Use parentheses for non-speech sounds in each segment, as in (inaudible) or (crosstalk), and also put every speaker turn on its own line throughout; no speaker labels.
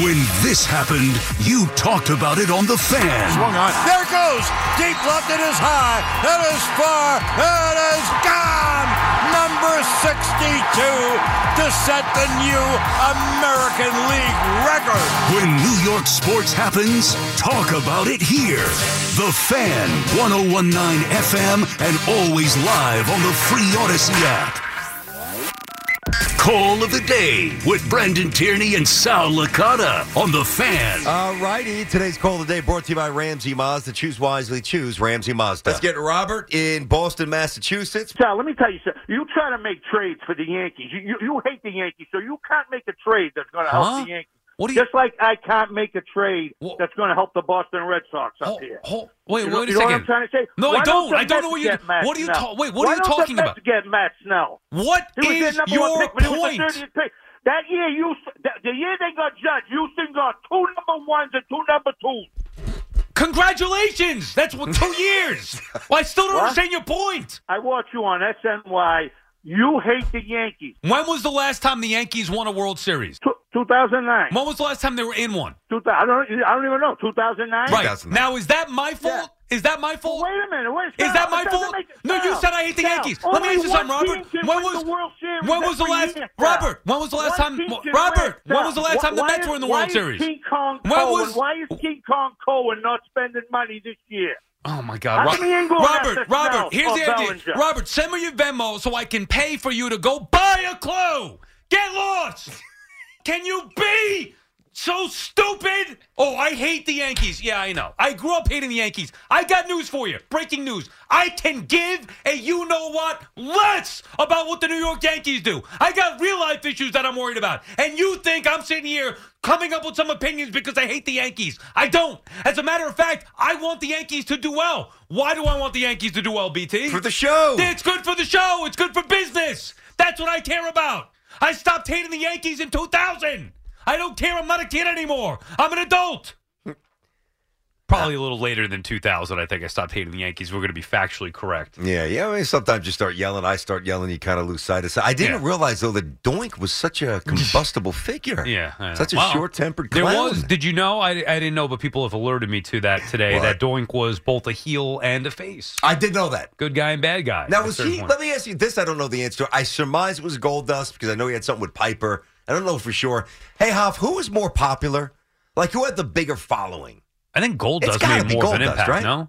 When this happened, you talked about it on The Fan.
Swung on. There it goes. Deep left. It is high. It is far. It is gone. Number 62 to set the new American League record.
When New York sports happens, talk about it here. The Fan, 1019 FM, and always live on the free Odyssey app. Call of the Day with Brendan Tierney and Sal Licata on The Fan.
All righty. Today's call of the day brought to you by Ramsey Mazda. Choose wisely. Choose Ramsey Mazda. Let's get Robert in Boston, Massachusetts.
Sal, let me tell you something. You try to make trades for the Yankees. You, you, you hate the Yankees, so you can't make a trade that's going to
Huh?
help the Yankees.
What do you?
Just like I can't make a trade
Wha-
that's going to help the Boston Red Sox up
Hold,
here.
hold, wait,
You know,
wait
you
a
know
second.
what I'm trying to say?
No,
Why
I
don't
don't.
the
I don't
Mets
know what
get Matt
you. What are you
Snell?
talking? Wait, what
Why
are you
don't
talking
the Mets
about?
Get Matt Snell.
What
He was
is
their number one
your
pick, but he was the
point?
30th pick. That year, you that, the year they got judged, Houston got two number ones and two number twos.
Congratulations! That's
(laughs)
what two years. Well, I still don't
What?
understand your point.
I watch you on SNY. You hate the Yankees.
When was the last time the Yankees won a World Series?
Two- 2009.
When was the last time they were in one?
Two, I don't. I don't even know. 2009.
Right now, is that my fault? Is that my fault?
Wait a minute. Wait,
Is that
Sal,
my
it doesn't
fault?
make it-
No, you
Sal,
said I hate the
Sal,
Yankees. Let me
only
ask you something,
one
Robert.
team can
When
win
was
the World Series
when was the
every
last
year, Sal.
Robert? When was the last
One
time
team can
Robert?
win it,
When was the
Sal.
last time the
Why
Mets
is-
were in the
why
World
is
Series?
King Kong
When
Cohen?
was-
Why is King Kong Cohen not spending money this year?
Oh my God,
How
Rob-
come he ain't going after
Robert!
Snell
Robert, here's
or
the idea.
Bellinger?
Robert, send me your Venmo so I can pay for you to go buy a clue. Get lost. can you be so stupid? Oh, I hate the Yankees. Yeah, I know. I grew up hating the Yankees. I got news for you. Breaking news. I can give a you know what less about what the New York Yankees do. I got real life issues that I'm worried about. And you think I'm sitting here coming up with some opinions because I hate the Yankees. I don't. As a matter of fact, I want the Yankees to do well. Why do I want the Yankees to do well, BT?
For the show.
It's good for the show. It's good for business. That's what I care about. I stopped hating the Yankees in 2000. I don't care. I'm not a kid anymore. I'm an adult. Probably a little later than 2000, I think I stopped hating the Yankees. We're going to be factually correct.
Yeah, yeah. I mean, sometimes you start yelling. I start yelling. You kind of lose sight of sight. I didn't
Yeah.
realize though that Doink was such
(laughs)
a combustible figure.
Yeah. I know.
such a
Well,
short-tempered.
There
Clown.
was. Did you know? I, I didn't know, but people have alerted me to that today
What?
that Doink was both a heel and a face.
I did know that.
Good guy and bad guy.
Now
at a
was
certain
he?
point.
Let me ask you this. I don't know the answer. I surmise it was Gold Dust because I know he had something with Piper. I don't know for sure. Hey, Hoff, who was more popular? Like who had the bigger following?
I think Gold
It's
does
gotta
made
be
more of an
Goldust,
impact,
right?
no?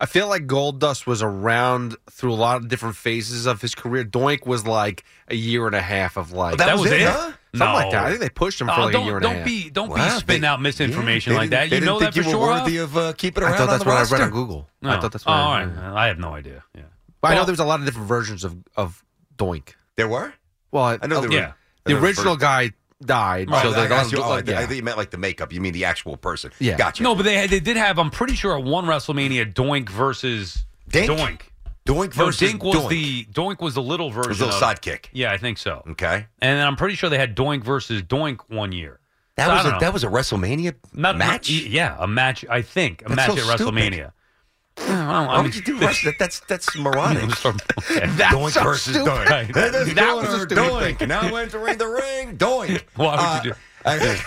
I feel like Gold Dust was around through a lot of different phases of his career. Doink was like a year and a half of like
That was it,
Yeah.
huh?
Something like
No.
that. I think they pushed him for
Oh,
like
don't
a year and
don't
a half.
be don't
Wow,
be spitting
they-
out misinformation
Yeah, they didn't-
like that.
they
You
didn't
know
think
that for
you
sure.
were
Ralph?
worthy of uh, keeping around
I thought
on
that's
the
what
roster.
I read on Google.
No.
I thought that's
oh,
what
all
I
right.
read.
I have no idea. Yeah.
But I
Well-
know there's a lot of different versions of of Doink.
There were.
Well, I,
I know there
uh, yeah.
were.
the
I know
original
first-
guy died,
Right,
so
I,
they
got
got
you.
him.
Oh, I, I
yeah.
think you meant like the makeup. You mean the actual person?
Yeah.
Gotcha.
No, but they had- they did have. I'm pretty sure at one WrestleMania, Doink versus
Dink?
Doink.
Doink
No,
versus
Dink was
Doink.
the Doink was the little version.
His little
of,
sidekick.
Yeah, I think so.
Okay.
And then I'm pretty sure they had Doink versus Doink one year.
That
So I
was
don't
a,
know.
that was a WrestleMania
Not
match.
y- yeah, a match. I think a
That's
match
so
at
stupid.
WrestleMania. (sighs) I don't know, I
Why
mean-
would you do
(laughs)
Rush? That, that's that's moronic. (laughs)
Okay.
doink
so
versus
stupid.
doink. That, is
That
doing
was a
our
stupid
doink. Now entering the ring, doink.
(laughs)
Uh,
Why would you do-
(laughs) I,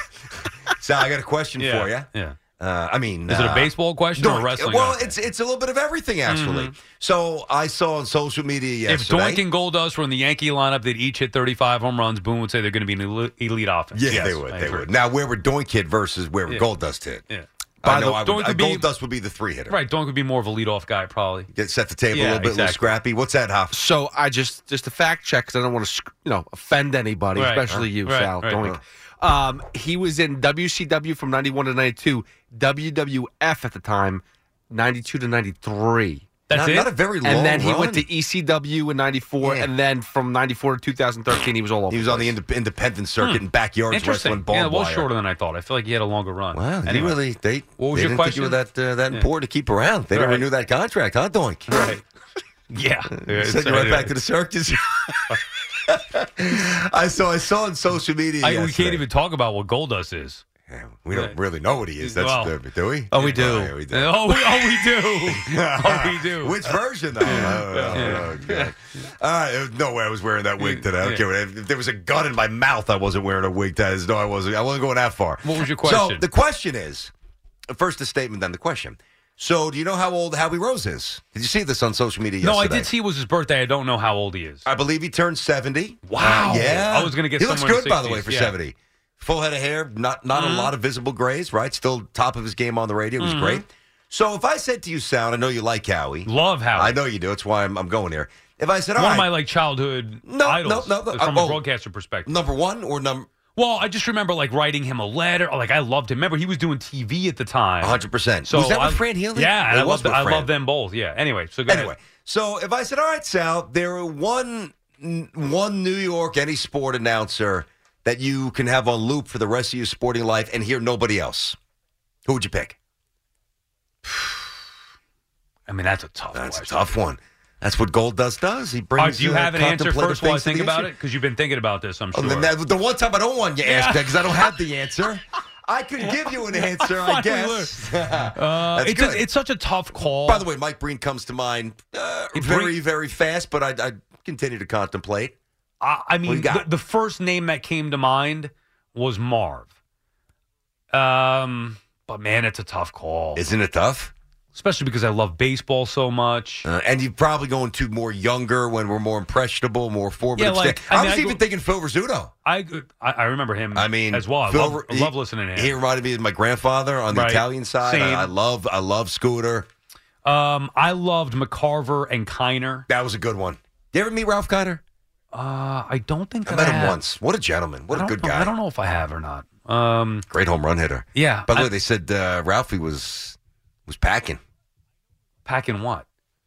so I got a question
yeah.
for you.
Yeah.
Uh, I mean,
Is it a
uh,
baseball question or
Doink.
a wrestling?
Well,
Okay.
it's it's a little bit of everything actually. So I saw on social media
If
yesterday.
Doink and Goldust were in the Yankee lineup, they'd each hit 35 home runs. Boone would say they're going to be an elite, elite offense.
yeah,
Yes,
they would.
I
They
agree.
would. Now, where were Doink hit versus where were
Yeah.
Goldust hit?
Yeah.
I
By
know
the-
I would,
Doink
uh,
would be-
Goldust would be the three hitter.
Right. Doink would be more of a leadoff guy, probably.
Get set the table a
Yeah,
little bit, a little
exactly.
scrappy. What's that, Hoff?
So I just just to fact check because I don't want to you know offend anybody,
Right.
especially you,
Right,
Sal.
right.
Doink.
Um, he was in WCW from 91 to 92, WWF at the time, 92 to 93.
That's
not,
it.
not a very long
and then he
run.
went to ECW in 94,
Yeah.
and then from 94 to 2013, he was all over.
He was on the
place.
ind- independent circuit and backyards wrestling
Hmm. Interesting.
barbed
Yeah, it was
wire.
shorter than I thought. I feel like he had a longer run.
Wow, they
Anyway.
really they,
What was
they
your
didn't think you were
question?
that uh, that
Yeah.
important to keep around. They didn't
Right.
renew that contract, huh, Doink?
Right.
(laughs)
Yeah.
Send you right back to the circus. (laughs) I saw I saw on social media.
I, we can't
yesterday.
even talk about what Goldust is.
Yeah, we don't really know what he is. That's
Well-
the do we?
Oh, we do.
yeah,
(laughs)
we do.
Oh, we, oh, we
(laughs)
do. (laughs) oh, we do.
Which version, though? Oh, oh, oh, God. All right, there was no way I was wearing that wig today. I don't
Yeah.
care. what- If there was a gun in my mouth, I wasn't wearing a wig. That is, no, I wasn't. I wasn't going that far.
What was your question?
So the question is, first the statement, then the question. So do you know how old Howie Rose is? Did you see this on social media
no, I
yesterday?
did see it was his birthday. I don't know how old he is.
I believe he turned seventy.
Wow.
yeah,
I was gonna get
He looks
somewhere in
good,
the
by the way,
60s,
for
yeah. Mm-hmm.
seventy. Full head of hair, not not a lot of visible grays. Right, still top of his game on the radio. He's great. So if I said to you, Sound, I know you like Howie.
Love how
I know you do. That's why I'm, I'm going here. If I said, all
One of
right,
my like childhood
No,
idols
no, no, no.
from
Oh.
a broadcaster perspective.
number one or number
Well, I just remember like writing him a letter. Like I loved him. Remember he was doing TV at the time.
100%.
So
was that
I,
with Fran Healy?
Yeah, and
It
I
was
love
with
I
Fran.
love them both. Yeah. Anyway, so go
Anyway,
ahead.
so if I said, all right, Sal, there are one one New York any sport announcer that you can have on loop for the rest of your sporting life and hear nobody else, who would you pick?
I mean that's a tough.
That's a
question.
tough one. That's what Gold Dust does. He
All
brings.
right, do you
uh,
have an answer
contemplative
first while I
things to
think
the
about
issue.
it? Because you've been thinking about this, I'm
Oh,
sure.
then that- the one time I don't want you to ask that because I don't have the
(laughs)
answer. I could give you an answer, I,
I
guess.
Uh,
That's
it's,
good.
A, it's such a tough call.
By the way, Mike Breen comes to mind uh,
Hey,
very,
Breen-
very fast, but I, I continue to contemplate.
I, I mean,
you got?
the, the first name that came to mind was Marv. Um, but man, it's a tough call,
Isn't it tough?
especially because I love baseball so much.
Uh, and you're probably going to more younger when we're more impressionable, more formative.
Yeah, like,
sta-
I
I,
mean,
was
I
even
go-
thinking Phil Rizzuto.
I, I I remember him.
I mean,
as well. I
Phil-
love, I
he-
love listening to
He
him.
reminded me of my grandfather on the
Right.
Italian side.
Same.
I, I love, I love Scooter.
um, I loved McCarver and Kiner.
That was a good one. Did you ever meet Ralph Kiner?
Uh, I don't
I
think
met
that I
him
have.
once. What a gentleman. What
I
a
don't
good
know-
guy.
I don't know if I have or not. Um,
Great home run hitter.
yeah.
By the
I-
way, they said uh, Ralphie was was packing.
packing what?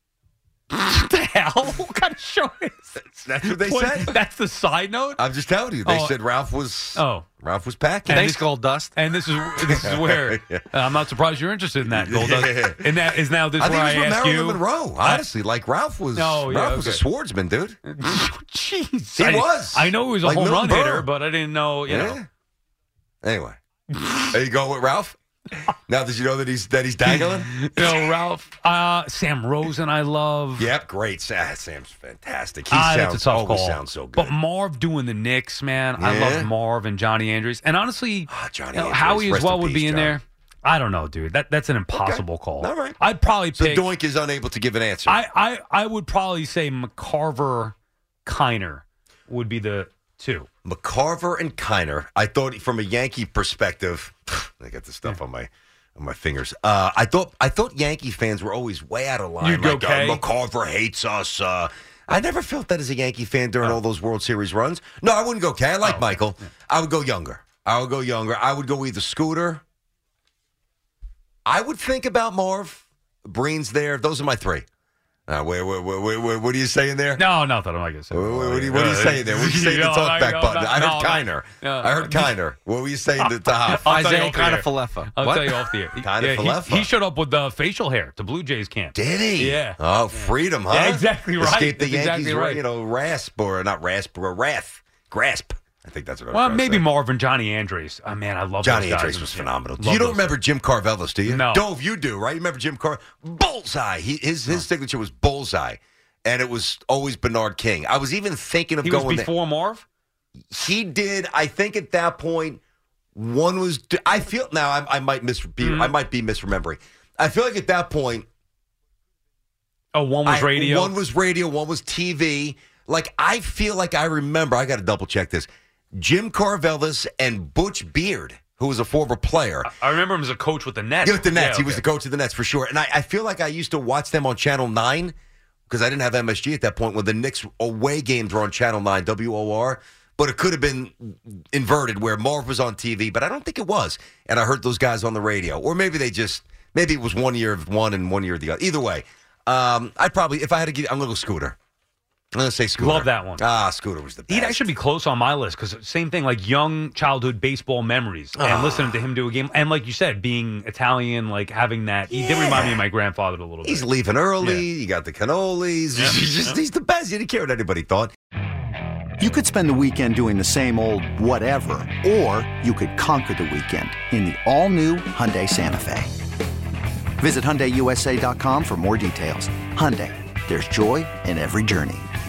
(laughs) what the hell? (laughs) What kind of show is this?
That's what they
What-
said. Uh,
That's the side note.
I'm just telling you. They
Oh.
said Ralph was
Oh.
Ralph was packing.
And
Thanks,
this-
Gold Dust.
And this is this is where
(laughs) Yeah.
I'm not surprised you're interested in that
(laughs)
gold.
Yeah.
And that is now this
I think
where
it was
I
from
ask
Marilyn
you.
Monroe. Honestly, like Ralph was
No, yeah,
Ralph was a
okay.
swordsman, dude.
(laughs) Jeez,
He
I,
was.
I know he was a
Like
home
Milton
run
Berle.
hitter, but I didn't know. You know.
Anyway, there you go with
(laughs)
Ralph. Now that you know that he's that he's dangling.
You know, Ralph, uh, Sam Rosen, I love.
yep, great. Sa- Sam's fantastic. He
Ah,
sounds
that's a tough
always
call.
sounds so good.
But Marv doing the Knicks, man, I
Yeah.
love Marv and Johnny Andrews, and honestly,
Ah, Johnny
you know,
Andrews.
Howie as
Rest
well
in
would be
peace,
in
Johnny.
there. I don't know, dude. That that's an impossible call.
All right.
I'd probably
so
pick.
Doink is unable to give an answer.
I, I I would probably say McCarver, Kiner would be the two.
McCarver and Kiner. I thought from a Yankee perspective, (sighs) I got this stuff on my on my fingers. Uh, I thought I thought Yankee fans were always way out of line.
You'd go
like, uh,
Kay?
McCarver hates us. Uh, I never felt that as a Yankee fan during all those World Series runs. No, I wouldn't go K. I
Oh,
like Michael. I would go younger. I would go younger. I would go either Scooter. I would think about Marv. Breen's there. Those are my three. Uh, wait, wait, wait, wait, wait, what are you saying there?
No, not that I'm not gonna say.
What, what- what are you, what are you
Uh,
saying there? What are you
(laughs)
saying to
no,
talk back
no,
button?
no,
I
no,
heard
no.
Kiner.
Yeah.
I heard
(laughs)
Kiner. What were you saying to, to Hoff?
I'll tell you
Isaiah
off the air.
Kanafalefa.
I'll
What?
tell you
(laughs)
off the air.
Kinda
Yeah, he-
falefa.
he, showed up with the facial hair to Blue Jays
(laughs)
camp.
Did he?
Yeah.
Oh, freedom, huh?
Yeah, exactly right.
Escape the
That's
Yankees,
exactly right.
you know, rasp or not rasp or wrath. Grasp. I think that's what I was
Well,
trying to
maybe
say.
Marvin Johnny Andres. Oh, man, I love
Johnny
those guys.
Andres was phenomenal.
Love
you don't
those.
remember Jim Carvelis, do you?
No.
Dove, you do, right? You remember Jim Car? Bullseye. He, his his signature was bullseye, and it was always Bernard King. I was even thinking of
He was
going. there.
before Marv.
he did. I think at that point, one was. I feel now. I, I might mis. Be,
Mm-hmm.
I might be misremembering. I feel like at that point,
Oh, one was
I-
radio.
one was radio. One was TV. Like I feel like I remember. I got to double check this. Jim Carvelis and Butch Beard, who was a former player.
I remember him as a coach with the Nets.
Yeah, with the Nets.
Yeah,
He was
okay.
the coach of the Nets for sure. And I, I feel like I used to watch them on Channel 9 because I didn't have MSG at that point when the Knicks away games were on Channel 9, WOR. but it could have been inverted where Marv was on TV, but I don't think it was. And I heard those guys on the radio, or maybe they just maybe it was one year of one and one year of the other. Either way, um, I'd probably if I had to give, I'm gonna go Scooter. I'm gonna say Scooter.
Love that one.
Ah, Scooter was the best.
He'd actually be close on my list because same thing, like young childhood baseball memories
Ah.
and listening to him do a game. And like you said, being Italian, like having that, he did remind me of my grandfather a little bit.
He's leaving early. You got the cannolis. (laughs) He's just he's the best. He didn't care what anybody thought.
You could spend the weekend doing the same old whatever, or you could conquer the weekend in the all-new Hyundai Santa Fe. Visit HyundaiUSA.com for more details. Hyundai, there's joy in every journey.